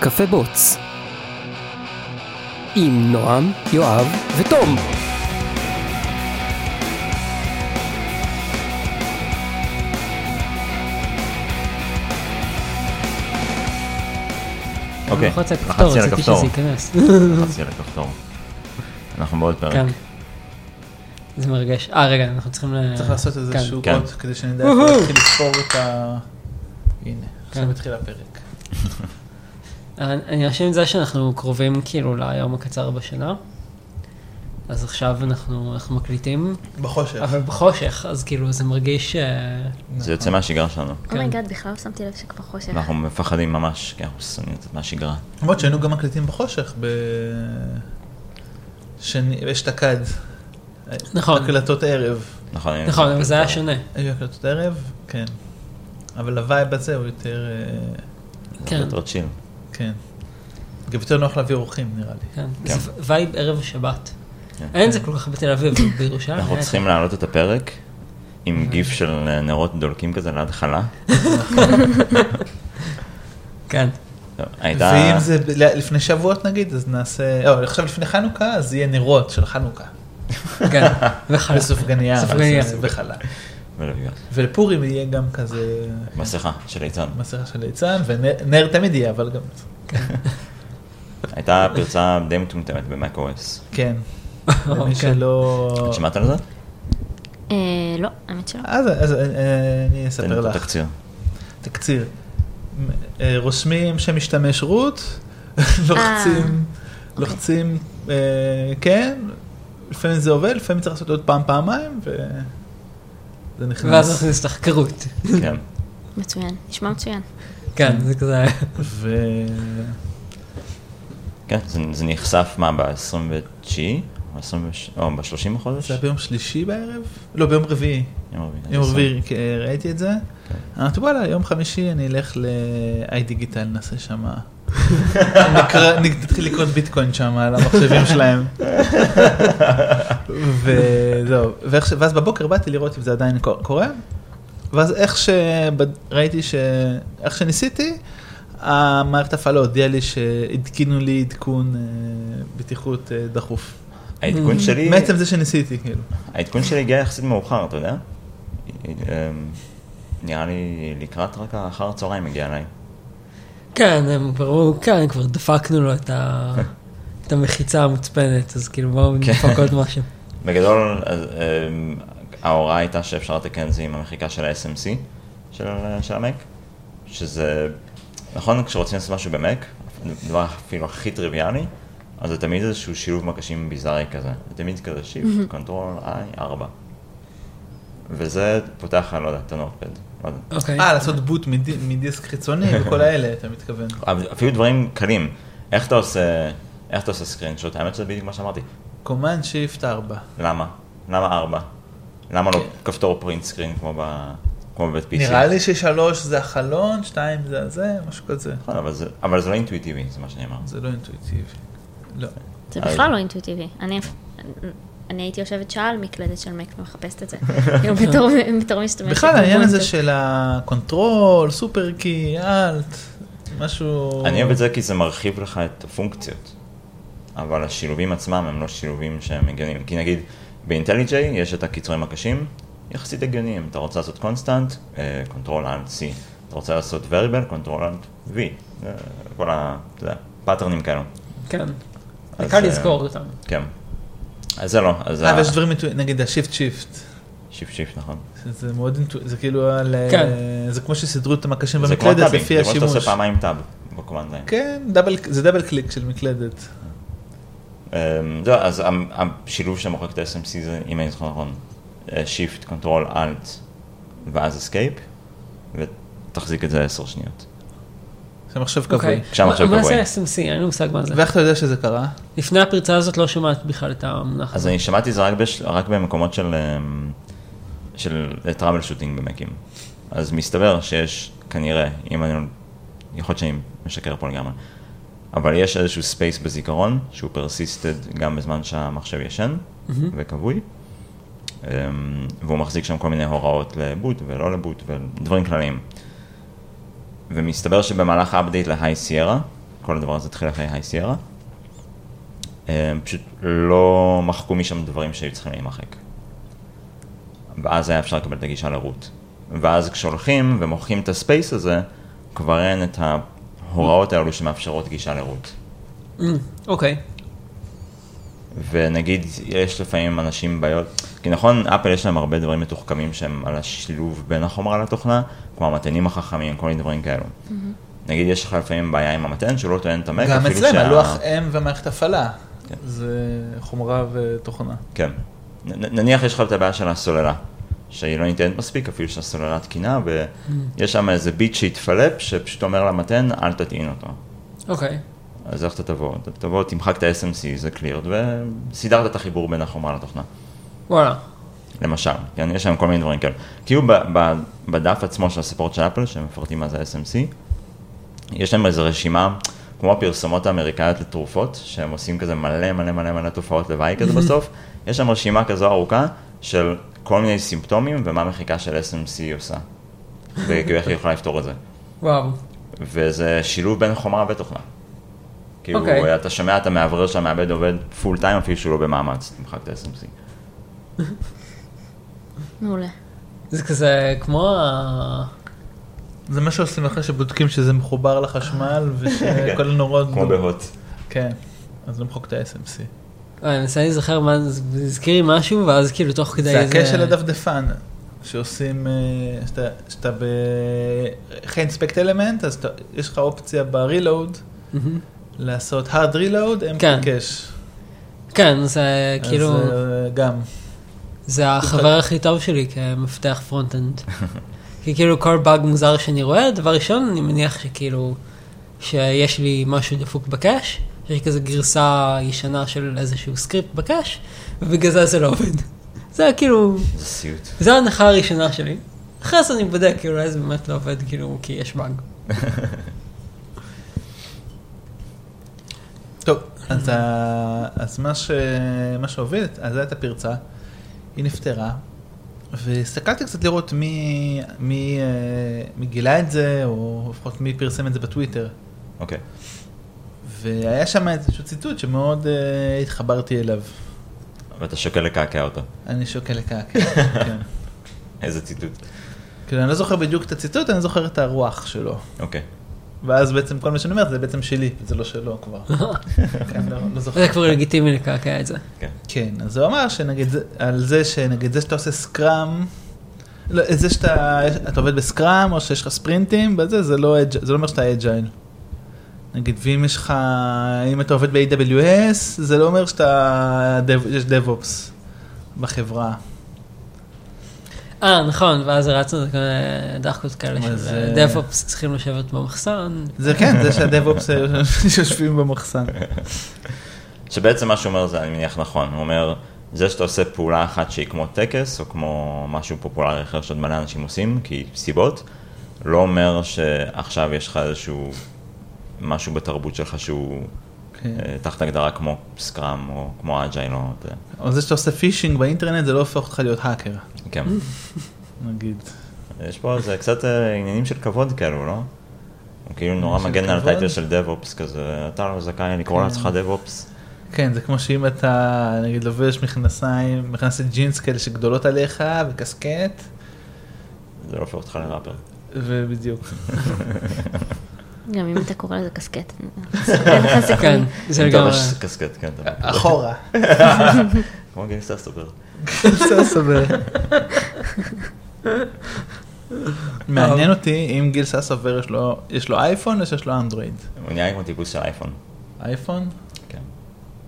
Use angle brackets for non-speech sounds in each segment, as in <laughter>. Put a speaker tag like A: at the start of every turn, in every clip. A: קפה בוץ. עם נועם, יואב ותום.
B: כן. אוקיי,
C: אני לוחץ על כפתור,
B: לחצתי על
C: רציתי
B: הכפתור.
C: שזה ייכנס.
B: לחצתי על הכפתור. אנחנו בעוד
C: כן.
B: פרק.
C: זה מרגש. אה, רגע, אנחנו צריכים ל...
D: צריך לעשות איזה
C: כן.
D: שהוא
B: כן.
D: קוד כדי שנדע איך להתחיל לספור את ה... הנה, עכשיו
C: כן.
D: התחיל הפרק.
C: אני אה, אני אשם עם זה שאנחנו קרובים כאילו ליום הקצר בשנה, אז עכשיו אנחנו אנחנו מקליטים,
B: כן.
D: בחושך. נכון.
C: אבל בחושך, אז כאילו זה מרגיש... אה,
B: זה יוצא מהשגרה שלנו.
E: אומייגאד, בכלל לא שמתי לב שכבר חושך.
B: אנחנו מפחדים ממש, כי אנחנו שונאים קצת מהשגרה.
D: למרות שהיינו גם מקליטים בחושך ב... שני, אשתקד.
C: נכון.
D: הקלטות ערב.
B: נכון, אני
C: נכון,
B: מצטער.
C: אבל זה היה שונה.
D: היו הקלטות ערב? כן. אבל הווייב הזה הוא יותר... אה,
B: זה
C: כן.
B: יותר צ'יל.
D: כן. גם יותר נוח להביא אורחים נראה לי.
C: כן.
B: כן.
C: זה וייב ערב שבת.
B: כן.
C: אין את זה כל כך בתל אביב, אבל בירושלים.
B: אנחנו
C: היה את זה.
B: צריכים להעלות את הפרק עם גיף של אה, נרות דולקים כזה ליד חלה.
C: כן.
B: טוב, הייתה...
D: ואם זה ב- ל- לפני שבועות נגיד, אז נעשה... לא, עכשיו לפני חנוכה, אז יהיה נרות של חנוכה.
C: כן. וחלק.
D: וסופגניה.
C: סופגניה.
D: וחלה.
B: ולביאה.
D: ולפורים יהיה גם כזה...
B: מסכה לא, של ליצן.
D: מסכה של ליצן, ונר תמיד יהיה, אבל גם...
B: הייתה פרצה די מטומטמת במאק-אוס.
D: כן. למי
C: כן.
D: שלא...
B: את שמעת על זה?
E: אה, לא, האמת שלא.
D: אז אז, אה, אני
B: תן
D: אספר
B: לי את
D: לך.
B: התקציר.
D: תקציר. אה, רושמים שם משתמש רות, <laughs> לוחצים, לוחצים, אה, כן, לפעמים זה עובד, לפעמים צריך לעשות עוד פעם, פעמיים, וזה
C: ואז
D: נכנס.
C: אנחנו נכנס תחקרות.
B: כן.
E: מצוין, נשמע מצוין.
C: כן, זה כזה...
D: ו...
B: כן, זה- זה נחשף מה, ב-29? או ב-30 בחודש?
D: זה היה ביום שלישי בערב? לא, ביום רביעי.
B: יום רביעי.
D: יום
B: אז
D: רביעי כי אה, ראיתי את זה. אמרתי וואלה יום חמישי אני אלך ל-i דיגיטל נעשה שם. נקרא- נ- נתחיל לקנות ביטקוין שם על המחשבים שלהם. וזהו. ואיך ש- ואז בבוקר באתי לראות אם זה עדיין קו- קורה. ואז איך שראיתי ש... איך שניסיתי, המערכת הפעלה הודיעה לי שהתקינו לי עדכון אה, בטיחות אה, דחוף.
B: העדכון
C: Mm-hmm.
B: שלי...
D: מעצם זה שניסיתי כאילו.
B: העדכון שלי הגיע יחסית מאוחר, אתה יודע? אמ, נראה לי לקראת רק אחר הצהריים הגיע אליי.
C: כן, הם כבר אמרו, כן, כבר דפקנו לו את ה... את המחיצה המוצפנת, אז כאילו בואו
B: כן.
C: נדפק עוד משהו.
B: בגדול, אז, אמ, ההוראה הייתה שאפשר לתקן את זה עם המחיקה של ה-SMC של, של המק, שזה, נכון, כשרוצים לעשות משהו במק, הדבר אפילו הכי טריוויאלי, אז זה תמיד איזשהו שילוב מקשים ביזארי כזה. זה תמיד כזה שיפט, קונטרול, I, 4. וזה פותח, אני לא יודע, את הנוטפד. לא יודע.
C: אוקיי.
D: אה לעשות בוט מדי- מדיסק חיצוני וכל האלה אתה מתכוון.
B: אבל אפילו דברים קלים. איך אתה עושה, איך אתה עושה סקרין שוט? האמת שזה בדיוק מה שאמרתי.
D: קומן שיפט 4.
B: למה? למה ארבע? למה לא
D: כן.
B: כפתור פרינט סקרין כמו, ב... כמו בבית PC?
D: נראה לי ששלוש זה החלון, שתיים זה הזה, משהו כזה.
B: נכון, אבל זה, אבל זה לא אינטואיטיבי, זה מה שאני אמר.
D: זה לא אינטואיטיבי. לא.
E: זה
B: אה,
E: בכלל לא אינטואיטיבי. אני- אני הייתי יושבת שעה על מקלדת של מק ומחפשת
B: <laughs>
E: את זה. <laughs> כאילו, בתור- בתור משתמשת.
D: בכלל העניין הזה
E: בבונטו.
D: של הקונטרול, סופר קי, אלט, משהו...
B: אני אוהב את זה כי זה מרחיב לך את הפונקציות. אבל השילובים עצמם הם לא שילובים שהם הגיוניים. כי נגיד, ב-IntelliJ יש את הקיצורים הקשים, יחסית הגיוניים. אתה רוצה לעשות קונסטנט, קונטרול על C. אתה רוצה לעשות variable, קונטרול על V. אה, כל ה... אתה יודע, פאטרנים כאלו.
C: כן.
B: אז,
C: קל
B: אה,
C: לזכור אותם.
B: כן. אז זה לא, אז
D: אה,
B: ה-
D: ויש דברים, אינטואי- נגיד השיפט שיפט.
B: שיפט שיפט, נכון.
D: זה מאוד אינטואיטיבי, זה כאילו על...
C: כן.
D: זה כמו שסידרו את המקשים
B: זה כמו
D: במקלדת
B: טאבים,
D: לפי
B: זה כמו שאתה
D: השימוש.
B: עושה פעמיים טאב בקומנד ליין.
D: כן, דאבל- זה דאבל קליק של מקלדת.
B: אמ, זהו, אז המ- השילוב שמוחק את ה-SMC זה, אם אני זוכר נכון, שיפט, קונטרול, אלט, ואז אסקייפ, ותחזיק את זה עשר שניות.
D: זה מחשב קבוי.
C: אוקיי.
B: שם עכשיו
C: מה- מה
B: קבוע.
C: זה SMC? אין לי מושג מה זה.
D: ואיך אתה יודע שזה קרה?
C: לפני הפרצה הזאת לא שמעת בכלל את המונח
B: אז
C: הזה.
B: אני שמעתי זה רק, בש... רק במקומות של, אמ, של טראבל שוטינג במקים. אז מסתבר שיש, כנראה, אם אני... לא- יכול להיות שאני משקר פה לגמרי, אבל יש איזשהו ספייס בזיכרון, שהוא פרסיסטד גם בזמן שהמחשב ישן וכבוי, אמ, והוא מחזיק שם כל מיני הוראות לבוט ולא לבוט ודברים כלליים. ומסתבר שבמהלך האפדייט להיי סיירה, כל כל הדבר הזה התחיל אחרי היי סיירה. אה, פשוט לא מחקו משם דברים שהיו צריכים להימחק. ואז היה אפשר לקבל את הגישה לרוט. ואז כשהולכים ומוחקים את הספייס הזה, כבר אין את ההוראות האלו שמאפשרות גישה לרוט.
C: אוקיי.
B: ונגיד, יש לפעמים אנשים עם בעיות, כי נכון, אפל יש להם הרבה דברים מתוחכמים שהם על השילוב בין החומרה לתוכנה, כמו המתנים החכמים, כל מיני דברים כאלו. נגיד, יש לך לפעמים בעיה עם המתן שהוא לא טוען את המק,
D: גם
B: אפילו
D: אצלם,
B: שה-
D: הלוח אם ומערכת הפעלה.
B: כן.
D: זה חומרה ותוכנה.
B: כן. נ- נ- נניח יש לך את הבעיה של הסוללה, שהיא לא ניתנת מספיק, אפילו שהסוללה תקינה, ויש שם איזה ביט שהתפלפ, שפשוט אומר למתן, אל תטעין אותו.
C: אוקיי.
B: אז איך אתה תבוא? אתה תבוא, תמחק את ה-SMC, זה cleared, וסידרת את החיבור בין החומרה לתוכנה.
C: וואלה.
B: למשל, כן, יש שם כל מיני דברים כאלה. כאילו ב- ב- בדף עצמו של הספורט של אפל, שמפרטים מה זה SMC, יש להם איזו רשימה, כמו הפרסומות האמריקאיות לתרופות, שהם עושים כזה מלא מלא מלא מלא תופעות לוואי כזה בסוף, יש שם רשימה כזו ארוכה של כל מיני סימפטומים ומה המחיקה של SMC עושה. וכאילו איך היא יכולה לפתור את זה.
C: וואו.
B: וזה שילוב בין חומרה ותוכנה. כאילו,
C: אוקיי.
B: אתה שומע את המאוורר שהמעבד עובד פול טיים אפילו שהוא לא במאמץ, תמחק את ה-SMC.
E: מעולה.
C: זה כזה כמו ה...
D: זה מה שעושים אחרי שבודקים שזה
B: <laughs>
D: מחובר לחשמל ושכל הנורות...
B: כמו בהוט.
D: כן. אז למחוק את ה-SMC.
C: אה, אני מנסה להיזכר מה זה, זה הזכיר לי משהו, ואז כאילו תוך כדי
D: זה
C: איזה...
D: הקש של הדפדפן, שעושים, אה, שאתה- שאתה ב... אחרי אינספקט אלמנט, אז אתה- יש לך אופציה ב-reload
C: מהמם.
D: לעשות hard reload, empty
C: כן.
D: cache.
C: כן, זה
D: אז,
C: כאילו,
D: אה, גם.
C: זה החבר הכי טוב שלי כמפתח פרונט-אנד.
D: <laughs>
C: כי כאילו כל באג מוזר שאני רואה, דבר ראשון, אני מניח שכאילו, שיש לי משהו דפוק בקאש, שיש כזה גרסה ישנה של איזשהו סקריפט בקאש, ובגלל זה זה לא עובד. <laughs> זה כאילו,
B: זה סיוט.
C: זו ההנחה הראשונה שלי. אחרי זה אני בודק, כאילו, אולי זה באמת לא עובד, כאילו, כי יש
D: <laughs>
C: באג.
D: טוב, אז, ה... אז מה, ש... מה שהוביל, אז הייתה פרצה, היא נפטרה, והסתכלתי קצת לראות מי, מי, אה, מי גילה את זה, או לפחות מי פרסם את זה בטוויטר.
B: אוקיי.
D: והיה שם איזשהו ציטוט שמאוד אה, התחברתי אליו.
B: ואתה שוקל לקעקע אותו.
D: אני שוקל לקעקע. כן.
B: איזה ציטוט.
D: כאילו, אני לא זוכר בדיוק את הציטוט, אני זוכר את הרוח שלו.
B: אוקיי.
D: ואז בעצם כל מה שאני אומר זה בעצם שלי, זה לא שלו
C: <laughs>
D: כבר. כן, לא, לא זוכר.
C: זה כבר לגיטימי לקעקע את זה.
D: כן, אז הוא אמר שנגיד זה- על זה שנגיד זה שאתה עושה סקראם, לא, זה שאתה אתה עובד בסקראם או שיש לך ספרינטים, וזה, זה לא אג'- זה לא אומר שאתה אג'ייל. נגיד, ואם יש לך, אם אתה עובד ב-AWS, זה לא אומר שאתה, דב- יש DevOps בחברה.
C: אה, נכון, ואז רצנו את כל מיני דחקות כאלה
D: אז,
C: של
D: אה,
C: דאב-אופס צריכים לשבת
D: <laughs>
C: במחסן.
D: זה כן, זה שהדב-אופס יושבים במחסן.
B: שבעצם מה שהוא אומר זה, אני מניח נכון, הוא אומר, זה שאתה עושה פעולה אחת שהיא כמו טקס, או כמו משהו פופולרי אחר שעוד מלא אנשים עושים, כי סיבות, לא אומר שעכשיו יש לך איזשהו משהו בתרבות שלך שהוא
D: כן.
B: אה, תחת הגדרה כמו סקראם, או כמו אג'ייל, או... אתה יודע.
D: או זה שאתה עושה פישינג באינטרנט, זה לא הופך אותך להיות האקר,
B: כן.
D: נגיד.
B: יש פה איזה קצת אה, עניינים של כבוד כאלו, לא? הוא כאילו נורא
D: של
B: מגן על
D: כבוד?
B: הטייטל של דב-אופס כזה, אתה לא זכאי לקרוא
D: כן.
B: לעצמך דב-אופס.
D: כן, זה כמו שאם אתה, נגיד, לובש מכנסיים, מכנסת ג'ינס כאלה שגדולות עליך, וקסקט,
B: זה לא הופך אותך לראפר.
D: ובדיוק.
E: גם אם אתה קורא לזה קסקט.
B: <laughs>
E: אין לך סיכוי.
C: כן, זה
B: אם אתה
C: לגמרי.
B: ממש קסקט, כן, אתה מבין.
D: אחורה.
B: כמו גנגסטר סופר.
D: <laughs> זה סביר. מעניין אותי אם גיל ססובר יש לו- יש לו אייפון או שיש לו אנדרואיד.
B: הוא נראה כמו טיפוס של אייפון.
D: אייפון?
B: כן.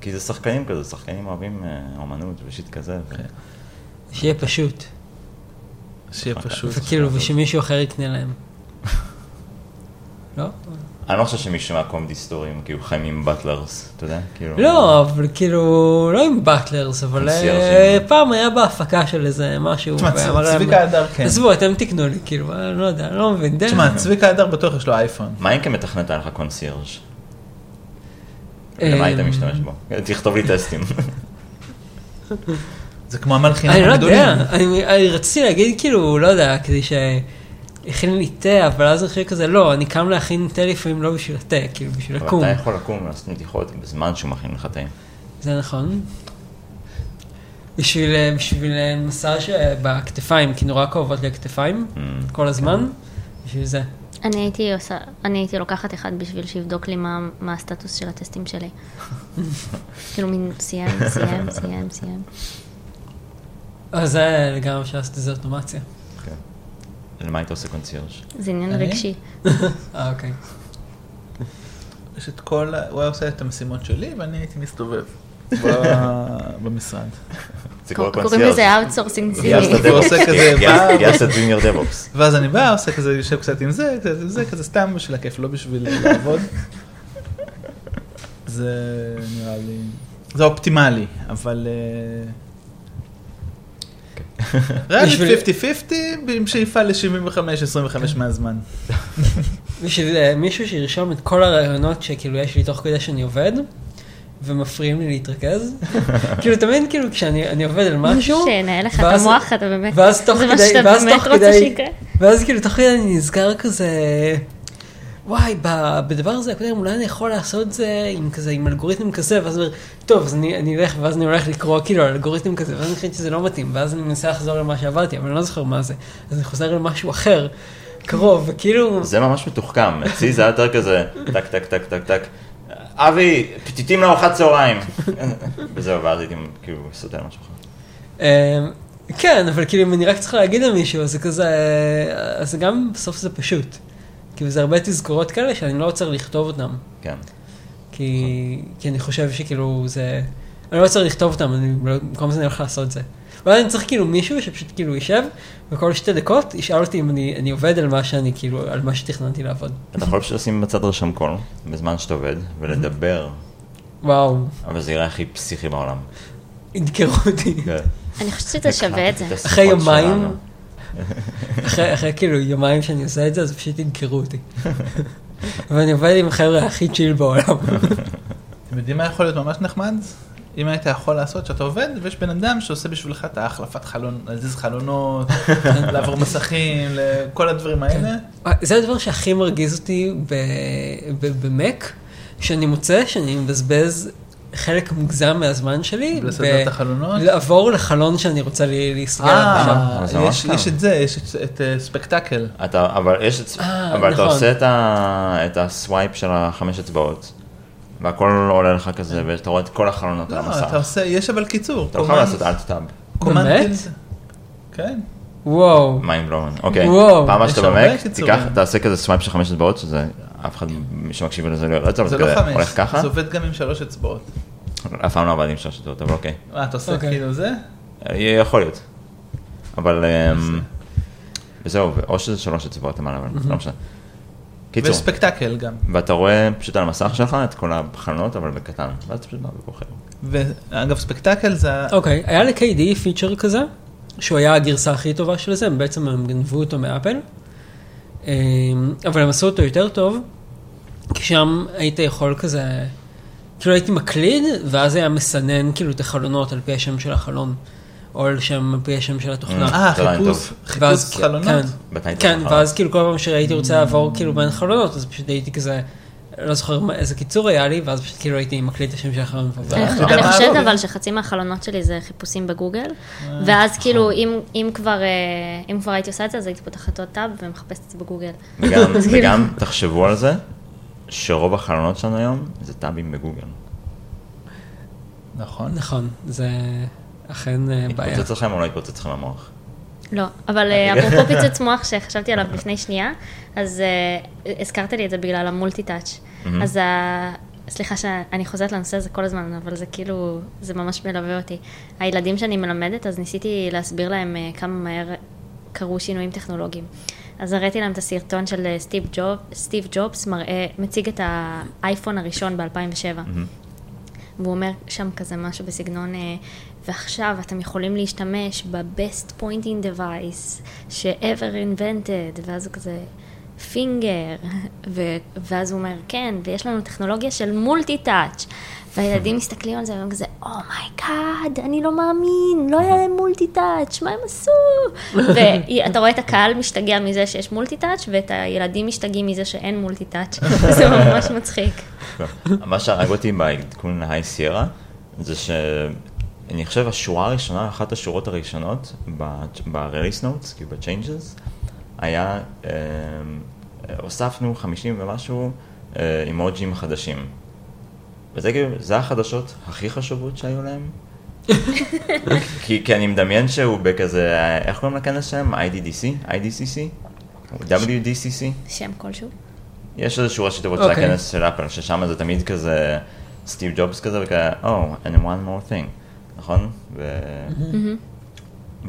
B: כי זה שחקנים כזה, שחקנים אוהבים אה, אומנות ושיט כזה. ו-
D: כן.
C: שיהיה פשוט.
D: שיהיה פשוט.
C: כאילו, ושמישהו אחר יקנה להם. לא?
B: אני לא חושב שמישהו מהקומדי סטורים, כאילו חיים עם באטלרס, אתה יודע? כאילו...
C: לא, אבל כאילו, לא עם באטלרס, אבל אה,
B: קונסיירג'ים.
C: פעם היה בהפקה של איזה משהו.
D: תשמע,
C: ואמר להם,
D: צביקה הדר כן.
C: עזבו, אתם תקנו לי, כאילו, אני לא יודע, אני לא מבין. די.
D: תשמע, צביקה הדר בטוח יש לו אייפון.
B: מה אם כמתכנת היה לך קונסיירג'?
C: אה,
B: למה היית משתמש בו? תכתוב לי טסטים.
D: זה כמו המלחינים
C: אני לא
D: הגדולים.
C: אה, יודע, אני, אני רציתי להגיד כאילו, לא יודע, לא כדי ש... הכין לי תה, אבל אז אני חושב כזה, לא, אני קם להכין תה לפעמים לא בשביל התה, כאילו בשביל
B: אבל
C: לקום.
B: אתה יכול לקום ולעשות נתיחות בזמן שהוא מכין לך תאים.
C: זה נכון. בשביל, אה, בשביל אה, מסאז' אה, בכתפיים, כי נורא כואבות לי הכתפיים,
B: Mm.
C: כל הזמן, בשביל זה.
E: אני הייתי עושה, אני הייתי לוקחת אחד בשביל שיבדוק לי מה, מה הסטטוס של הטסטים
B: <laughs>
E: שלי. כאילו מין סיים, סיים, סיים, סיים.
C: אז אה, זה לגמרי אפשר לעשות את זה אוטומציה.
B: כן. למה היית עושה קונציירג'?
E: זה עניין
D: אני?
E: רגשי.
C: אה, אוקיי.
D: יש את כל, ה- הוא היה עושה את המשימות שלי ואני הייתי מסתובב ב- במשרד.
B: זה קורה
E: קוראים
B: קונציירג'.
E: לזה outsourcing
D: יאללה,
E: ציני.
D: אתה הוא עושה כזה, מה?
B: גייסת ג'וניור דבוקס.
D: ואז אני בא, עושה כזה, יושב קצת עם זה, קצת עם זה, כזה סתם בשביל הכיף, לא בשביל לעבוד. זה נראה לי, זה אופטימלי, אבל... אה,
C: אוקיי. בשביל-
D: ריאלית 50-50 עם שאיפה ל-75-25 מהזמן.
C: בשביל אה, מישהו שירשום את כל הרעיונות שכאילו יש לי תוך כדי שאני עובד, ומפריעים לי להתרכז. כאילו תמיד כאילו כשאני אני עובד על משהו,
E: שינהל לך את
C: ואז-
E: המוח, אתה באמת,
C: ואז תוך
E: זה מה
C: כדי,
E: שאתה
C: ואז
E: באמת
C: תוך
E: רוצה
C: כדי,
E: שיקרה.
C: ואז כאילו תוך כדי אני נזכר כזה, וואי, ב- בדבר הזה הקודם אולי אני יכול לעשות זה עם כזה, עם אלגוריתם כזה, ואז אני אומר, טוב, אז אני אני אלך, ואז אני הולך לקרוא כאילו על אלגוריתם כזה, ואז אני חושבת שזה לא מתאים, ואז אני מנסה לחזור למה שעברתי, אבל אני לא זוכר מה זה, אז אני חוזר למשהו אחר, קרוב, וכאילו,
B: זה ממש מתוחכם, אצלי זה היה יותר כזה, טק טק טק טק טק. אבי, פתיתים לארוחת צהריים. וזהו, ואז הייתי כאילו סוטה על משהו אחר.
C: אה, כן, אבל כאילו אם אני רק צריך להגיד למישהו, אז זה כזה, אה, אז גם בסוף זה פשוט. כאילו זה הרבה תזכורות כאלה שאני לא צריך לכתוב אותן.
B: כן.
C: כי, כי אני חושב שכאילו זה, אני לא צריך לכתוב אותם, אני לא, במקום זה אני הולך לעשות זה. ואז אני צריך כאילו מישהו שפשוט כאילו יישב, וכל שתי דקות ישאל אותי אם אני, אני עובד על מה שאני כאילו, על מה שתכננתי לעבוד.
B: אתה יכול פשוט לשים בצד רשם קול, בזמן שאתה עובד, ולדבר,
C: וואו,
B: אבל זה יראה הכי פסיכי בעולם.
C: ידקרו
D: <laughs>
C: אותי.
E: אני חושבת שזה שווה את זה.
B: הקלטתי
C: אחרי
B: השיחות
C: יומיים,
B: שלנו.
C: אחרי, אחרי כאילו יומיים שאני עושה את זה, אז פשוט ידקרו
D: <laughs>
C: אותי. ואני עובד עם החבר'ה הכי צ'יל
D: <laughs>
C: בעולם.
D: אתם יודעים מה יכול להיות ממש נחמד? אם היית יכול לעשות שאתה עובד ויש בן אדם שעושה בשבילך את ההחלפת חלון, להזיז חלונות, לעבור מסכים, כל הדברים האלה.
C: זה הדבר שהכי מרגיז אותי ב- ב- במק, שאני מוצא שאני מבזבז חלק מוגזם מהזמן שלי.
D: לסדר את
C: כן. ב- לא,
D: החלונות.
C: לעבור לחלון שאני רוצה לי- להסתכל עליו עכשיו.
D: נכון. אה,
B: אז כן, זה ממש
D: יש-
B: קל.
D: יש את זה, יש את- את אה, ספקטקל.
B: אתה, אבל יש, את-
C: אה,
B: אבל אתה
C: נכון.
B: עושה את ה- את הסווייפ של החמש אצבעות, והכל עולה לך
C: אה.
B: כזה, ואתה רואה את כל החלונות על
D: לא, אתה
B: המסך.
D: עושה, יש אבל קיצור.
B: אתה יכול לעשות אלט טאב,
D: קומנד
C: באמת?
D: טילד. כן.
C: וואו,
B: מיינד בלואון. אוקיי,
C: וואו,
B: פעם הבאה
D: יש
B: שאתה
D: הרבה
B: במק,
D: קיצורים.
B: תיקח, תעשה כזה סווייפ של חמש אצבעות, שזה אף אחד, מי שמקשיב לזה לא יראה, אבל
D: זה
B: זה
D: לא
B: כזה
D: חמש,
B: הולך ככה,
D: זה עובד גם עם שלוש אצבעות.
B: אף פעם לא עבדתי עם שלוש אצבעות, אבל אוקיי,
D: אה, אתה עושה
C: אוקיי.
D: כאילו זה?
B: אה, יכול להיות. אבל, אמ, וזהו, או שזה שלוש אצבעות למעלה, אבל לא משנה. קיצור,
D: ויש ספקטקל גם.
B: ואתה רואה פשוט על המסך שלך את כל החלונות, אבל בקטן, ואז אתה פשוט בא ובוחר.
D: ואגב, ספקטקל זה... ה-
C: אוקיי, היה ל-KD פיצ'ר כזה, שהוא היה הגרסה הכי טובה של זה, הם בעצם הם גנבו אותו מאפל, אמ, אבל הם עשו אותו יותר טוב, כי שם היית יכול כזה, כאילו הייתי מקליד, ואז היה מסנן כאילו את החלונות על פי השם של החלון, או על שם, על פי השם של התוכנה.
D: אה,
B: זה עדיין
D: חיפוש,
B: טוב.
D: חיפוש חלונות.
C: כן,
B: בטייטל
C: כן
B: שלך.
C: ואז כאילו כל פעם שהייתי רוצה לעבור כאילו בין חלונות, אז פשוט הייתי כזה, לא זוכר מה- איזה קיצור היה לי, ואז פשוט כאילו הייתי מקליד את השם של החלון. ועובר.
E: אני
D: אתה יודע
E: אני
D: מה
E: חושבת
D: הרוב?
E: אבל שחצי מהחלונות שלי זה חיפושים בגוגל,
C: אה,
E: ואז
C: נכון.
E: כאילו אם- אם כבר אה, אם כבר הייתי עושה את זה, אז הייתי פותחת עוד טאב ומחפשת את זה בגוגל.
D: <laughs>
B: וגם,
E: <laughs> אז כאילו-
B: וגם תחשבו על זה, שרוב החלונות שלנו היום זה טאבים בגוגל.
D: נכון.
C: נכון, זה אכן אה, בעיה.
B: התפוצץ לכם או לא התפוצץ לכם המוח?
E: לא, אבל אה, אפרופו פיצוץ מוח שחשבתי עליו לפני שנייה, אז אה, הזכרת לי את זה בגלל המולטי-טאץ'. אז ה- סליחה שאני חוזרת לנושא הזה כל הזמן, אבל זה כאילו, זה ממש מלווה אותי. הילדים שאני מלמדת, אז ניסיתי להסביר להם אה, כמה מהר קרו שינויים טכנולוגיים. אז הראיתי להם את הסרטון של אה, סטיב ג'וב, סטיב ג'ובס מראה, מציג את האייפון הראשון ב-2007. והוא אומר שם כזה משהו בסגנון, אה, ועכשיו אתם יכולים להשתמש ב-best pointing device ש-ever invented, ואז הוא כזה, פינגר, <laughs> ו- ואז הוא אומר, כן, ויש לנו טכנולוגיה של מולטי-טאץ'. והילדים מסתכלים על זה והם כזה, אומייגאד, אני לא מאמין, לא היה להם מולטי-טאץ', מה הם עשו? ואתה רואה את הקהל משתגע מזה שיש מולטי-טאץ', ואת הילדים משתגעים מזה שאין מולטי-טאץ'. <laughs> זה ממש מצחיק.
B: לא. מה שהרג אותי בעדכון ההיי סיירה, זה שאני חושב השורה הראשונה, אחת השורות הראשונות ב-release notes, כאילו ב-changes, היה, אה, הוספנו 50 ומשהו אה, אימוג'ים חדשים. וזה כאילו, זה החדשות הכי חשובות שהיו להם. כי, כי אני מדמיין שהוא בכזה, אה, איך קוראים לכנס שלהם? IDDC? IDCC? WDCC?
E: שם כלשהו.
B: יש איזה שורה של טובות של
C: אוקיי.
B: הכנס של אפל, ששם זה תמיד כזה סטיב ג'ובס כזה, וכזה, Oh, and one more thing, נכון? ו...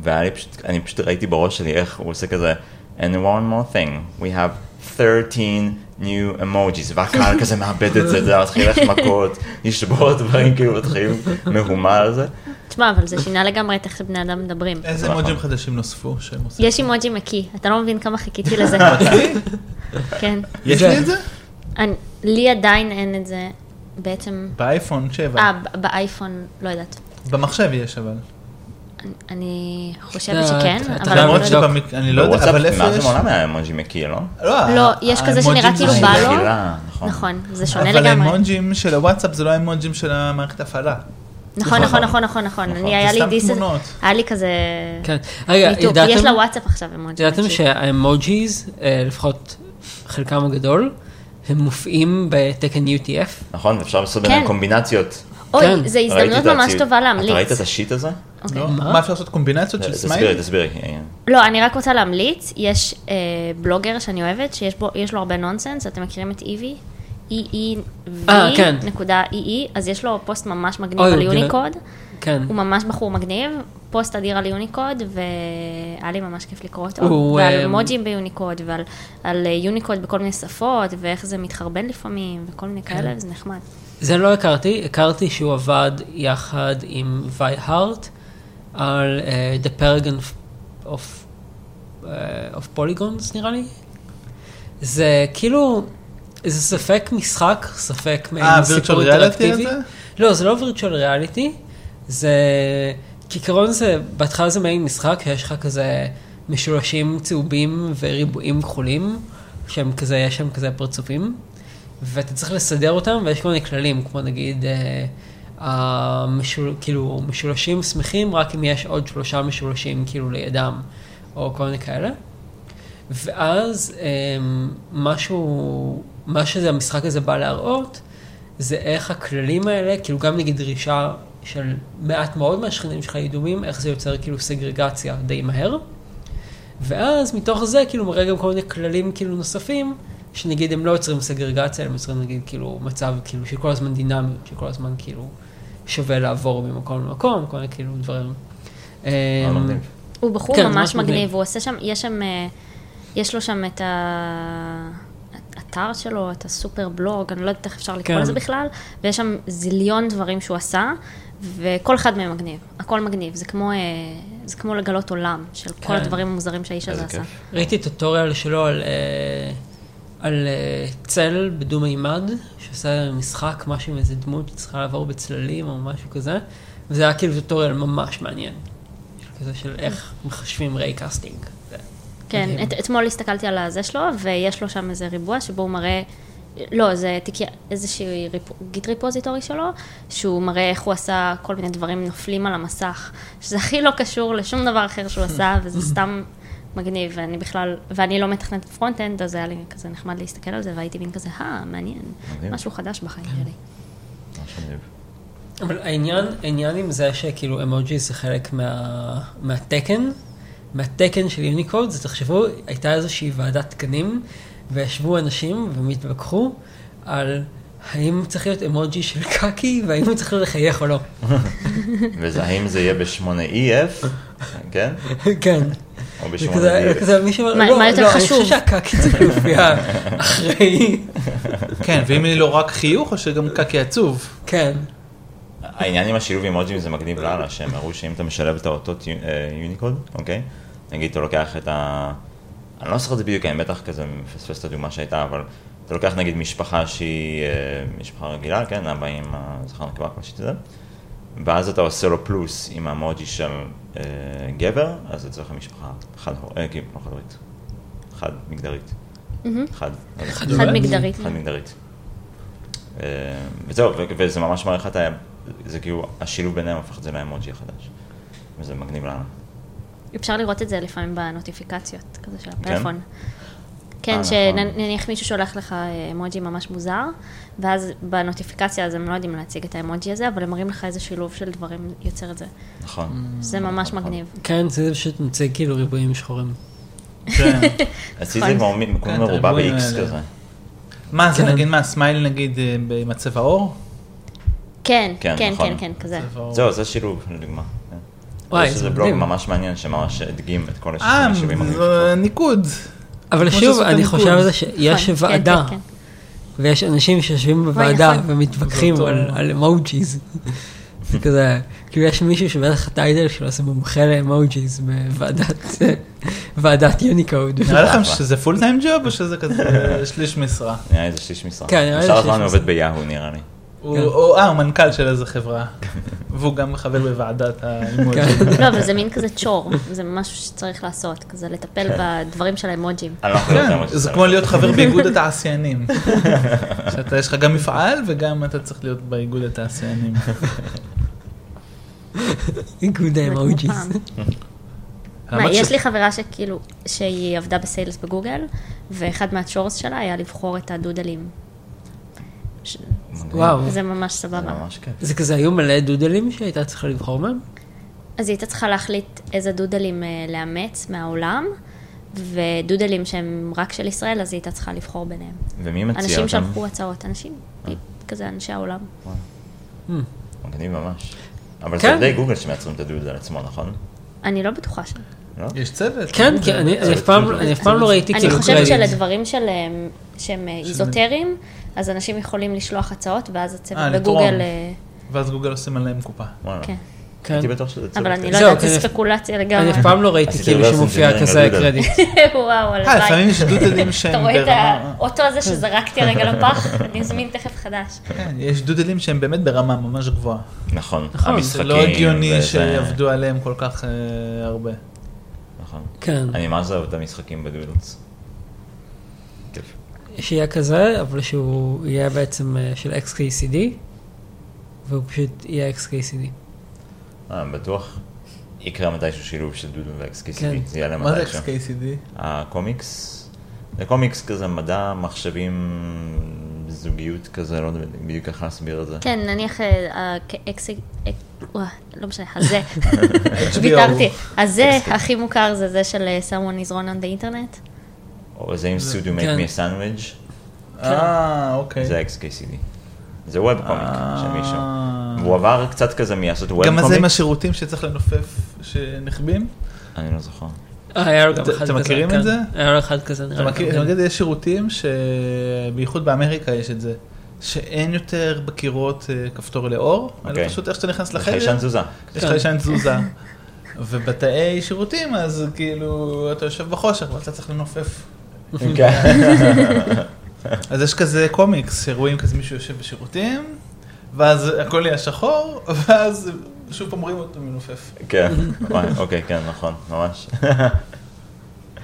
B: והיה לי פשוט, אני פשוט ראיתי בראש שלי איך הוא עושה כזה, and one more thing, we have 13 new emojis, והקהל כזה מאבד את זה, זה מתחיל ללכת מכות, לשבור דברים, כאילו מתחילים מהומה על זה.
E: תשמע, אבל זה שינה לגמרי את איך שבני אדם מדברים.
D: איזה
B: נכון.
D: מוג'ים חדשים נוספו שהם
E: <laughs>
D: עושים? אה,
E: יש אימוג'י מקיא, אתה לא מבין כמה חיכיתי
D: <laughs>
E: לזה. כן.
D: יש
C: זה.
D: לי את זה?
E: אני- לי עדיין אין את זה, בעצם,
D: באייפון 7.
E: אה, ב- באייפון, לא יודעת.
D: במחשב יש אבל.
E: אני- אני חושבת
C: אתה-
E: שכן,
C: אתה- אתה
E: אבל
C: יכול
E: אני לא
D: למרות
C: לבדוק.
E: יודעת.
D: שבמק... אני לא יודע,
B: בוואטסאפ,
D: אבל איפה
B: מאז
D: יש?
B: ומעולם היה אמוג'י מקיא, לא?
E: לא, יש כזה
D: האמוג'ים
E: שנראה כאילו
D: זה-
E: בא לו.
B: מגילה,
E: נכון, זה שונה
D: אבל
E: לגמרי.
D: האמוג'ים של הוואטסאפ זה לא האמוג'ים של המערכת ההפעלה.
E: נכון, נכון,
B: נכון.
E: נכון, נכון, נכון.
B: נכון.
E: אני, היה
D: זה
E: לי
D: סתם
E: דיס...
D: תמונות.
E: היה לי כזה...
C: כן. רגע,
E: מיתוג.
C: ידעתם-
E: יש לה וואטסאפ עכשיו אמוג'י.
C: ידעתם
E: מקיא.
C: שהאמוג'יז, אה, לפחות חלקם הגדול, הם מופיעים בתקן UTF?
B: נכון, אפשר לעשות ביניהם
E: כן.
B: קומבינציות.
E: אוי,
C: כן.
E: זו
B: ראיתי
E: הזדמנות
B: את
E: ממש
B: הציוד.
E: טובה
B: אתה ראית
E: להמליץ.
B: את השיט הזה?
E: אוקיי.
D: לא? מה אפשר לעשות קומבינציות של
B: תסבירי,
D: סמיילים?
B: תסבירי. אה,
E: לא, אני רק רוצה להמליץ, יש אה, בלוגר שאני אוהבת, שיש בו, יש לו הרבה נונסנס, אתם מכירים את E איבי?
C: אה, כן.
E: EE.EE, E אז יש לו פוסט ממש מגניב
C: אוי,
E: על
C: הוא גאה.
E: יוניקוד,
C: כן.
E: הוא ממש בחור מגניב, פוסט אדיר על יוניקוד, והיה לי ממש כיף לקרוא אותו,
C: הוא,
E: ועל
C: אמ,
E: מוג'ים ביוניקוד, ועל על, אה, יוניקוד בכל מיני שפות, ואיך זה מתחרבן לפעמים, וכל מיני
C: כן.
E: כאלה, זה נחמד.
C: זה לא הכרתי, הכרתי שהוא עבד יחד עם וי הארט על אה, The Paragon of- of, אה, of Polygons נראה לי. זה כאילו, זה ספק משחק, ספק מעין
D: אה,
C: סיפור
D: virtual reality
C: אינטראקטיבי.
D: הזה?
C: לא, זה לא וירטואל ריאליטי, זה... כעיקרון זה, בהתחלה זה מעין משחק, שיש לך כזה משולשים צהובים וריבועים כחולים, שהם כזה, יש שם כזה פרצופים, ואתה צריך לסדר אותם, ויש כל מיני כללים, כמו נגיד, אה, המשול, כאילו, משולשים שמחים רק אם יש עוד שלושה משולשים כאילו לידם, או כל מיני כאלה. ואז אמ, משהו, מה שזה המשחק הזה בא להראות, זה איך הכללים האלה, כאילו גם נגיד דרישה של מעט מאוד מהשכנים שלך יהיו דומים, איך זה יוצר כאילו סגרגציה די מהר. ואז מתוך זה כאילו מראה גם כל מיני כללים כאילו נוספים, שנגיד הם לא יוצרים סגרגציה, הם יוצרים נגיד כאילו מצב כאילו שכל הזמן דינמיות, שכל הזמן כאילו שווה לעבור ממקום למקום, כל מיני כאילו דברים. אמ,
B: מגניב.
E: הוא בחור
C: כן,
E: כן, ממש
C: ממש מגניב.
E: מגניב, הוא עושה שם, יש שם, אה, יש לו שם את האתר שלו, את הסופר בלוג, אני לא יודעת איך אפשר לקרוא
C: כן.
E: לזה בכלל, ויש שם זיליון דברים שהוא עשה, וכל אחד מהם מגניב, הכל מגניב, זה כמו, אה, זה כמו לגלות עולם של כן.
C: כן.
E: כל הדברים המוזרים שהאיש הזה
B: איזה
E: עשה.
B: כיף.
C: ראיתי טוטוריאל שלו על, אה, על אה, צל בדו-מימד, שעושה משחק, משהו עם איזה דמות שצריכה לעבור בצללים או משהו כזה, וזה היה כאילו טוטוריאל ממש מעניין. של כזה של איך מחשבים ריי קאסטינג. זה-
E: כן,
C: מדהים.
E: את, אתמול הסתכלתי על הזה שלו, ויש לו שם איזה ריבוע שבו הוא מראה, לא, זה תיק, איזושהי ריפ, גיט ריפוזיטורי שלו, שהוא מראה איך הוא עשה כל מיני דברים נופלים על המסך, שזה הכי לא קשור לשום דבר אחר שהוא עשה, וזה סתם מגניב, ואני בכלל, ואני לא מתכננת פרונט-אנד, אז היה לי כזה נחמד להסתכל על זה, והייתי מין כזה, אה, מעניין,
B: מדהים.
E: משהו חדש בחיים שלי.
B: ממש מגניב.
C: אבל העניין, העניין עם זה שכאילו אמוג'י זה חלק מה, מהתקן, מהתקן של יוניקוד, זה תחשבו, הייתה איזושהי ועדת תקנים, וישבו אנשים והם התווכחו על האם צריך להיות אמוג'י של קקי, והאם הוא צריך לחייך <laughs> או לא.
B: וזה האם זה יהיה ב-8EF, כן?
C: כן.
B: או
C: זה כזה- זה
B: ב-8EF.
C: כזה מישהו,
E: מה-
C: לא,
E: מה יותר
C: לא,
E: חשוב?
C: אני חושב שהקקי צריך להופיע <laughs> אחרי,
D: כן, ואם יהיה לו רק חיוך או שגם קקי עצוב?
C: כן.
B: העניין עם השילוב עם אוג'ים זה מגניב לאללה, שהם הראו שאם אתה משלב את האותות יו- אה, יוניקוד, אוקיי? נגיד אתה לוקח את ה... אני לא זוכר את זה בדיוק, אני בטח כזה מפספס את הדוגמה שהייתה, אבל אתה לוקח נגיד משפחה שהיא אה, משפחה רגילה, כן, אבא עם הזכר נקבה כמו שזה, ואז אתה עושה לו פלוס עם המוג'י של אה, גבר, אז לצורך המשפחה חד הור- אה, כאילו, לא חד הורית, חד מגדרית. חד, לא יודע.
E: חד מגדרית.
B: חד מגדרית. אה, וזהו, ו- וזה ממש מעריך את ה... זה כאילו, השילוב ביניהם הפך את זה לאמוג'י החדש. וזה מגניב לנו.
E: אפשר לראות את זה לפעמים בנוטיפיקציות כזה של הפלאפון.
B: כן? אה,
E: כן,
B: נכון.
E: שנניח מישהו שולח לך אה, אמוג'י ממש מוזר, ואז בנוטיפיקציה אז הם לא יודעים להציג את האמוג'י הזה, אבל הם מראים לך איזה שילוב של דברים יוצר את זה.
B: נכון.
E: זה ממש
B: נכון.
E: מגניב.
C: כן, זה פשוט מוצא כאילו ריבועים שחורים.
D: כן.
C: Mm.
B: אצלי זה כבר מ-
D: כן,
B: מכל מרובע
D: תרבויים
B: ב-X
D: האלה.
B: כזה.
D: מה זה נגיד מה סמייל נגיד אה, עם הצבע עור?
E: כן,
B: כן,
E: כן,
B: נכון.
E: כן, כן, כזה.
D: צבע עור.
B: זהו, זה שילוב, לדוגמה. כן.
C: וואי,
B: יש
C: זה
B: איזה בלוג
C: מדהים.
B: ממש מעניין שממש הדגים את כל
D: אה,
B: השבעים
D: זה ניקוד.
C: אבל
D: כמו
C: שוב,
D: שעשו את
C: אני
D: הליכוד.
C: חושב על זה
E: נכון,
C: שיש
E: כן, כן,
C: ועדה,
E: כן.
C: ויש אנשים שיושבים בוועדה
E: נכון.
C: ומתווכחים
D: זה אותו-
C: על- על אמוג'יז. <laughs> זה כזה, כאילו יש מישהו שבטח הטייטל שלו זה מומחה לאמוג'יז בוועדת <laughs> ועדת יוניקוד.
D: נראה לכם שזה פול טיים ג'וב או שזה כזה שליש משרה?
B: נראה לי זה שליש משרה.
C: כן, נראה לי
B: בשאר
C: שליש
B: הזמן הוא
C: משרה.
B: עובד ביהו נראה לי.
D: הוא הוא- אה, הוא מנכ"ל של איזה חברה. והוא גם חבר בוועדת
C: <laughs>
D: האימוג'י.
C: כן.
E: <laughs> לא, אבל זה מין כזה צ'ור, זה משהו שצריך לעשות, כזה לטפל
B: כן.
E: בדברים של האמוג'ים.
B: אני לא יכול יותר
D: כן,
B: ממה
D: זה
B: שזה.
D: כמו להיות חבר באיגוד התעשיינים. שאתה, יש לך גם מפעל וגם אתה צריך להיות באיגוד התעשיינים.
C: איגוד
E: זה כמו
C: האמוג'יז.
E: פעם. מה,
D: למרות ש-
E: יש לי חברה שכאילו, שהיא עבדה בסיילס בגוגל, ואחד מהצ'ורס שלה היה לבחור את הדודלים. ש-
B: מגניב.
C: וואו.
E: זה ממש
B: זה
E: סבבה.
B: ממש כן. כיף.
C: זה כזה היו מלא דודלים שהייתה צריכה לבחור מהם?
E: כן, אז היא הייתה צריכה להחליט איזה דודלים אה, לאמץ מהעולם, ודודלים שהם רק של ישראל, אז היא הייתה צריכה לבחור ביניהם.
B: ומי מציע
E: אנשים
B: אותם?
E: שלחו הצעות, אנשים, כזה אנשי העולם.
B: מגניב ממש. אבל זה
C: כן.
B: עובדי גוגל שמייצרים את הדוד על עצמו, נכון?
E: אני לא בטוחה ש...
B: לא?
D: יש צוות.
C: כן, כן, אני- אני אף פעם- אני אף פעם לא ראיתי
E: אני
C: כאילו
E: חושבת
C: קרדיט.
E: שלדברים של, אה, שהם אה, איזוטריים, אז אנשים יכולים לשלוח הצעות, ואז הצוות
D: אה, לתרום.
E: בגוגל... אה,
D: ואז גוגל עושים עליהם קופה.
B: וואלה.
E: כן.
C: כן.
B: הייתי בטוח שזה צוות.
E: אבל אני לא
C: זהו,
E: יודעת,
C: כן,
E: זה
C: יש-
E: ספקולציה
C: אני
E: לגמרי.
C: אף פעם לא ראיתי
B: עשיתי
C: כאילו
B: reverse
C: שמופיע
B: engineering
C: כזה
B: לדודל.
E: <laughs>
C: קרדיט.
E: וואו,
D: אה, לפעמים
E: הלוואי.
D: יש דודלים שהם
E: <laughs> אתה רואה את
D: ברמה...
E: האוטו הזה שזרקתי הרגע
B: <laughs>
E: לפח? אני אזמין תכף חדש.
D: כן, יש דודלים שהם באמת ברמה ממש גבוהה.
B: נכון.
C: נכון,
D: זה
B: המשחקים.
D: לא הגיוני
B: וזה-
D: שיעבדו עליהם כל כך אה, הרבה.
B: נכון.
C: כן.
B: אני מה זה אוהב את המשחקים בדודלס. כיף.
C: כן, שיהיה כזה, אבל שהוא יהיה בעצם אה, של XKCD, והוא פשוט יהיה XKCD.
B: אה, בטוח יקרה מתישהו שילוב של דודל ואקסקיסיבי.
C: כן.
B: זה יעלה
D: מה זה
B: מתישהו.
D: XKCD?
B: הקומיקס, זה קומיקס כזה מדע, מחשבים, זוגיות כזה, לא יודע בדיוק איך להסביר את זה.
E: כן, נניח אקס... לא משנה,
B: <laughs>
E: הזה. <laughs> ויתרתי. הזה הכי מוכר זה זה של אה, someone is wrong on the internet.
B: או זה עם סוד you
C: כן.
B: make me a sandwich,
E: כן.
D: אה, אוקיי.
B: זה XKCD. זה ווב קומיק
D: אה.
B: של מישהו. והוא עבר קצת כזה מלעשות ווב
D: גם זה עם
B: קומיק.
D: השירותים שצריך לנופף שנחבים?
B: אני לא זוכר.
C: אה, היה לו גם
D: אתה-
C: אחד כזה.
D: אתם מכירים
C: כן.
D: את זה?
C: היה לו אחד כזה, נראה
D: אתה
E: לא
C: לי.
D: מכיר,
C: גם כן.
D: נגיד יש שירותים שבייחוד באמריקה יש את זה, שאין יותר בקירות אה, כפתור לאור, אלא
B: אוקיי.
D: פשוט איך שאתה נכנס
B: זה חיישן
D: לחדר,
B: תזוזה.
D: יש לך
C: כן.
D: ישן תזוזה. ובתאי שירותים אז כאילו אתה יושב בחושך ואתה צריך לנופף.
B: <laughs>
D: אז יש כזה קומיקס שרואים כזה מישהו יושב בשירותים, ואז הכל נהיה שחור, ואז שוב פעם רואים אותו מנופף.
B: כן, וואי, אוקיי, כן, נכון, ממש.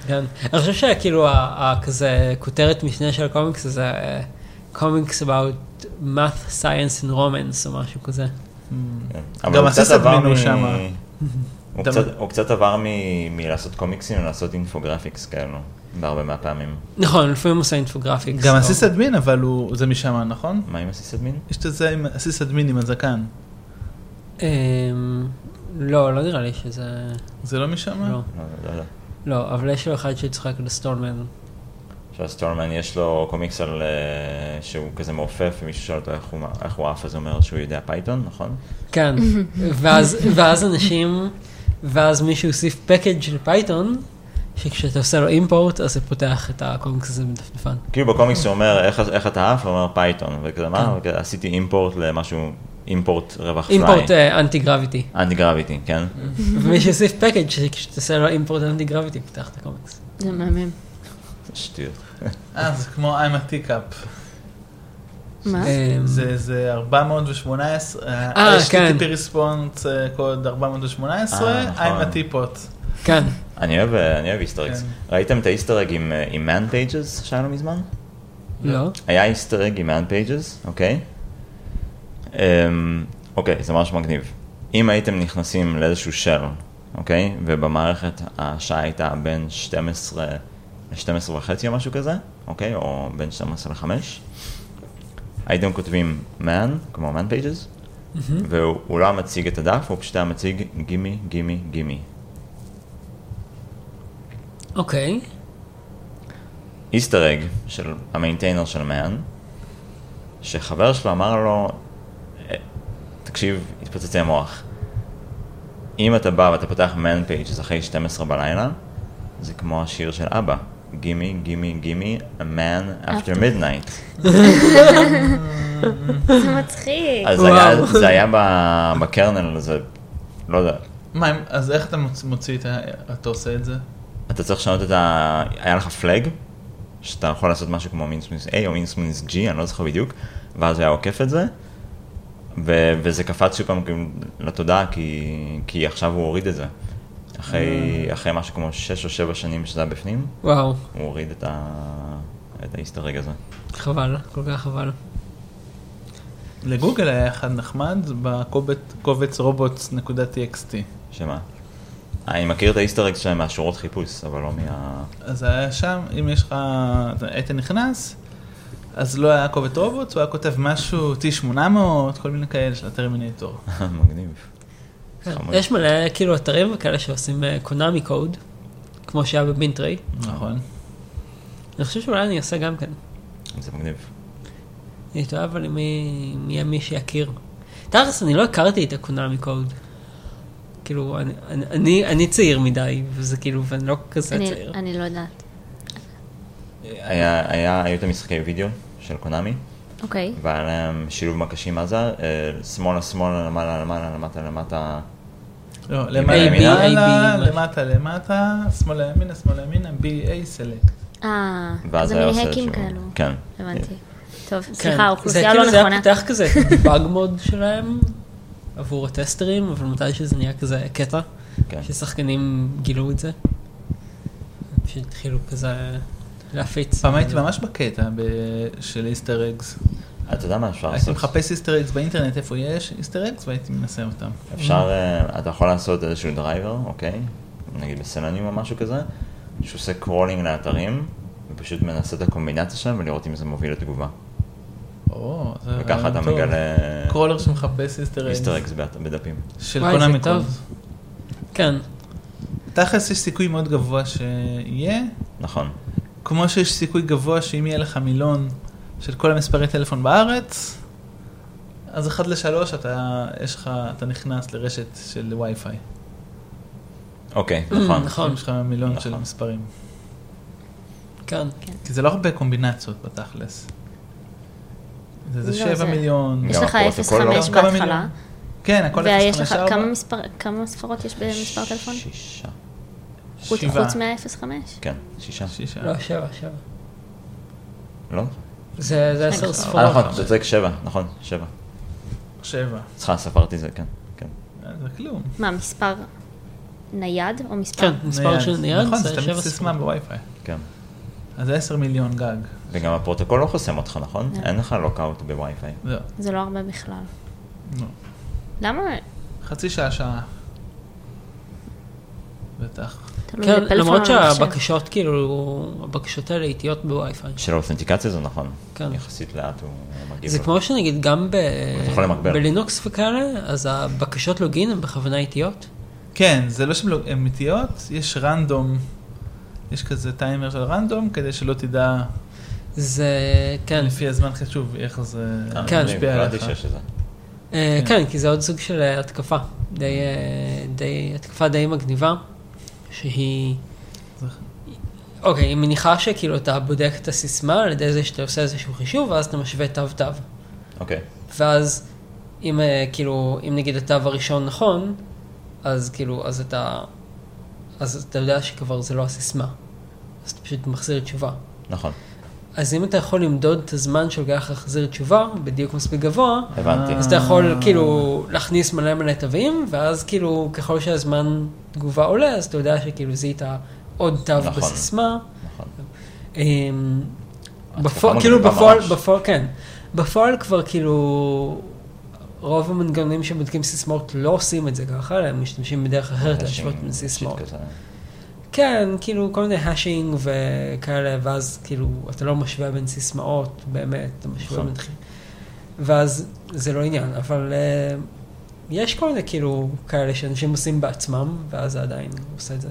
C: כן. אני חושב שכאילו, ה- ה- כזה, כותרת משנה של הקומיקס זה קומיקס about math, science and romance או משהו כזה.
B: כן. אבל הוא
D: הסס
B: קצת עבר
D: הדמינו
B: מ-
D: שמה.
B: הוא
D: אתה-
B: קצת- הוא קצת עבר מ- מלעשות קומיקסים ללעשות אינפוגרפיקס כאלו, בהרבה מהפעמים.
C: נכון, לפעמים הוא עושה אינפוגרפיקס.
D: גם
C: או-
D: הסיס אדמין אבל הוא, זה משם נכון?
B: מה עם הסיס אדמין?
D: יש את זה עם הסיס אדמין עם הזקן,
C: אמ, לא, לא נראה לי שזה...
D: זה לא משם?
C: לא.
B: לא, לא יודע.
C: לא, אבל יש לו אחד שיצחק לסטונמן.
B: עכשיו סטורמן יש לו קומיקס על אה, שהוא כזה מעופף ומישהו שואל אותו איך הוא- איך הוא עף אז הוא אומר שהוא יודע פייתון נכון?
C: כן, ואז, ואז אנשים, ואז מישהו הוסיף פקאג' של פייתון, שכשאתה עושה לו אימפורט, אז זה פותח את הקומיקס הזה מדפדפן.
B: כאילו בקומיקס הוא אומר "איך- איך אתה עף? הוא אומר פייתון וכזה מה? וכזה, עשיתי אימפורט למשהו אימפורט רווח פליי.
C: אימפורט Mm-hmm. אנטי <laughs> גרביטי.
B: אנטי גרביטי כן?
C: ומישהו הוסיף פקאג' שכשאתה עושה לו אימפורט אנטי גרביטי, פותח את הקומיקס.
E: זה מהמם.
B: שטויות.
D: אה, זה כמו I'm a
C: Mm.
D: teacup.
E: מה?
B: אה.
C: אמ,
D: זה זה 418,
C: אה, כן.
D: HTTP response אה, קוד 418,
B: אה,
D: I'm a
B: נכון.
D: teapot.
C: כן.
B: אני אוהב אה, אני אוהב היסטריקס. ראיתם את היסטרג עם מן פייג'ס שהיה לו מזמן?
C: לא.
B: היה היסטרג עם מן פייג'ס, אוקיי? אמ, אוקיי, זה ממש מגניב. אם הייתם נכנסים לאיזשהו shell, אוקיי? ובמערכת השעה הייתה בין 12 ל-12 וחצי או משהו כזה, אוקיי? או בין 12 ל-5. הייתם כותבים man, כמו man pages, והוא לא היה מציג את הדף, הוא פשוט היה מציג גימי, גימי, גימי.
C: אוקיי.
B: איסטר אג של המיינטיינר של מן, שחבר שלו אמר לו, "אה, תקשיב, התפוצץ לי המוח. אם אתה בא ואתה פותח מן פייג' אחרי 12 בלילה, זה כמו השיר של אבא. גימי, גימי, גימי, a man after
E: After.
B: midnight.
E: זה מצחיק.
B: אז זה היה-
C: וואו.
B: זה היה ב- בקרנל, זה, לא יודע.
D: מה, אם- אז איך אתה מוצ- מוציא את ה... אתה עושה את זה?
B: אתה צריך לשנות את ה... היה לך פלאג, שאתה יכול לעשות משהו כמו מינסמינוס A או מינסמינוס G, אני לא זוכר בדיוק, ואז הוא היה עוקף את זה, ו... וזה קפץ שוב פעם כאילו לתודעה, כי... כי עכשיו הוא הוריד את זה. אחרי, אחרי משהו כמו 6 או 7 שנים שזה היה בפנים,
C: וואו.
B: הוא הוריד את, ה... את האיסטרג הזה.
C: חבל. כל כך חבל.
D: לגוגל היה אחד נחמד בקובץ robots.txt.
B: שמה? אני מכיר את האיסטרג שלהם מהשורות חיפוש, אבל לא מה... <laughs>
D: אז היה שם, אם יש לך, אתה- היית נכנס, אז לא היה קובץ רובוטס, הוא היה כותב משהו T800, כל מיני כאלה של הטרמינטור.
B: מגניב.
C: כן.
B: חמוד.
C: יש מלא כאילו אתרים וכאלה שעושים אה, קונאמי קוד, כמו שהיה בבינטרי.
D: נכון.
C: אני חושב שאולי אני אעשה גם כן.
B: זה מגניב.
C: אני תוהה אבל אם מי- מי יהיה מי שיכיר. תכלס, אני לא הכרתי את הקונאמי קוד. כאילו, אני- אני- אני- אני צעיר מדי, וזה כאילו, ואני לא כזה
E: <laughs> אני-
C: צעיר.
E: אני לא יודעת.
B: היה, היה, היו את המשחקי וידאו של קונאמי,
E: אוקיי.
B: והיה להם שילוב מקשים מה זה, אה, שמאלה שמאלה למעלה למעלה למטה למטה,
D: לא,
B: A,
D: למעלה
B: B,
D: למעלה,
C: A, B,
D: למטה למטה, שמאלה ימינה, שמאלה ימינה, BA סלקט.
E: אה,
B: ואז
E: זה
B: היה
E: מיני
B: עושה
E: האקים
B: איזשהו...
E: כאלו.
B: כן.
E: הבנתי. טוב,
C: כן.
E: סליחה, האוכלוסייה
C: זה
E: לא
C: כאילו, זה היה
E: נכונה.
C: פותח
E: <laughs>
C: כזה באג מוד שלהם עבור הטסטרים, אבל מתי שזה נהיה כזה קטע,
B: כן.
C: ששחקנים גילו את זה. פשוט התחילו כזה להפיץ.
D: פעם הייתי ממש בקטע ב- של איסטר אגס.
B: אה, אתה יודע מה אפשר
D: הייתי
B: לעשות?
D: מחפש איסטר אגס באינטרנט, איפה יש איסטר אגס, והייתי מנסה אותם.
B: אפשר, אה, אתה יכול לעשות איזשהו דרייבר, אוקיי? נגיד בסלונים או משהו כזה, שעושה קרולינג לאתרים, ופשוט מנסה את הקומבינציה שלהם ולראות אם זה מוביל לתגובה.
D: או, זה
B: וככה
D: רעיון
B: אתה
D: אה, טוב.
B: מגלה
D: קרולר שמחפש איסטר אגס.
B: איסטר אקס בדפים.
D: של
C: וואי, זה
D: קונאמי
C: טוב.
D: קוד.
C: כן.
D: תכלס יש סיכוי מאוד גבוה שיהיה,
B: נכון.
D: כמו שיש סיכוי גבוה שאם יהיה לך מילון של כל המספרי טלפון בארץ, אז אחד לשלוש אתה, יש לך, אתה נכנס לרשת של וי-פיי.
B: אוקיי,
D: Mm,
B: נכון.
C: נכון.
D: יש לך מילון של
B: נכון.
D: מספרים.
C: כן.
D: כי זה לא הרבה קומבינציות בתכלס. זה איזה
E: לא,
D: שבע
E: זה-
D: מיליון.
E: יש
B: גם
E: לך
B: הפרוטוקול לא-
E: 0.5
D: כמה מיליון?
E: בהתחלה,
D: כן, הכל
E: ויש לך
D: 054.
E: כמה מספר- כמה ספרות יש במספר טלפון?
B: שישה.
E: חוץ-
D: שבעה.
E: חוץ מה-0.5?
B: כן, שישה.
D: שישה.
C: לא, שבע, שבע.
B: לא?
C: זה זה עשר
E: אה,
B: אה,
C: ספרות.
B: נכון, אתה צודק, שבע, נכון, שבע.
D: שבע.
B: סליחה, ספרתי זה, כן, כן.
D: אה, זה כלום.
E: מה, מספר נייד או מספר?
C: כן, מספר של נייד
D: נכון,
C: זה
D: זה תמיד
C: שבע
D: סיסמה
C: ספרות.
D: בווי-פיי.
B: כן.
D: אז זה עשר מיליון גג.
B: וגם הפרוטוקול לא חוסם אותך, נכון?
C: כן.
E: לא.
B: אין לך לוקאוט בווי-פיי.
D: זהו.
E: זה לא הרבה בכלל.
D: נו.
E: למה?
D: לא. חצי שעה, שעה. בטח.
E: תלוי
C: כן,
E: בפלאפון
C: למרות
E: או במחשב.
C: שהבקשות, כאילו, הבקשות האלה איטיות בווי-פיי.
B: של האותנטיקציה זה נכון.
C: כן.
B: יחסית לאט הוא מגיב.
C: זה
B: לו.
C: כמו שנגיד גם ב...
B: אתה יכול למגבר.
C: בלינוקס וכאלה, אז הבקשות לוגין הן בכוונה איטיות.
D: כן, זה לא שהן לא- הן אמיתיות, יש רנדום, יש כזה טיימר של רנדום, כדי שלא תדע
C: זה, כן.
D: לפי הזמן חשוב איך זה
B: אה,
C: כן.
B: אני
D: משפיע
B: קראתי
D: עליך.
B: שיש את זה.
C: אה,
D: כן.
C: כן, כי זה עוד סוג של אה, התקפה. די, אה, די, התקפה די מגניבה, שהיא...
D: זה-
C: אוקיי, היא מניחה שכאילו אתה בודק את הסיסמה על ידי זה שאתה עושה איזשהו חישוב, ואז אתה משווה תו-תו.
B: אוקיי.
C: ואז אם אה, כאילו, אם נגיד התו הראשון נכון, אז כאילו, אז אתה, אז אתה יודע שכבר זה לא הסיסמה. אז אז אתה פשוט מחזיר תשובה.
B: נכון,
C: אז אם אתה יכול למדוד את הזמן שלוקח להחזיר תשובה, בדיוק מספיק גבוה,
B: הבנתי.
C: אה, אז אתה יכול כאילו להכניס מלא מלא תווים, ואז כאילו ככל שהזמן תגובה עולה, אז אתה יודע שכאילו זיהית עוד תו
B: נכון.
C: בסיסמה.
B: נכון.
C: אמ,
B: התקופה
C: בפועל, כאילו
B: מגניבה
C: בפועל,
B: ממש.
C: בפועל, כן. בפועל כבר כאילו, רוב המנגנונים שבודקים סיסמאות לא עושים את זה ככה, אלא הם משתמשים בדרך אחרת
B: אנשים-
C: להשוות בין סיסמאות.
B: שיט כזה.
C: כן, כאילו כל מיני האשינג וכאלה, ואז כאילו, אתה לא משווה בין סיסמאות, באמת, אתה משווה
B: נכון.
C: בין חי... ואז זה לא עניין, אבל אה, יש כל מיני כאילו כאלה שאנשים עושים בעצמם, ואז זה עדיין עושה את זה.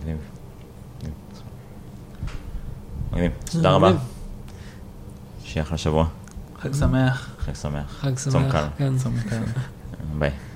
B: מגניב. מגניב. תודה רבה.
C: מגניב.
B: שיהיה אחלה שבוע.
D: חג שמח.
B: חג שמח.
C: חג
B: צום
C: שמח,
B: קל.
C: כן.
D: צום קל.
B: ביי.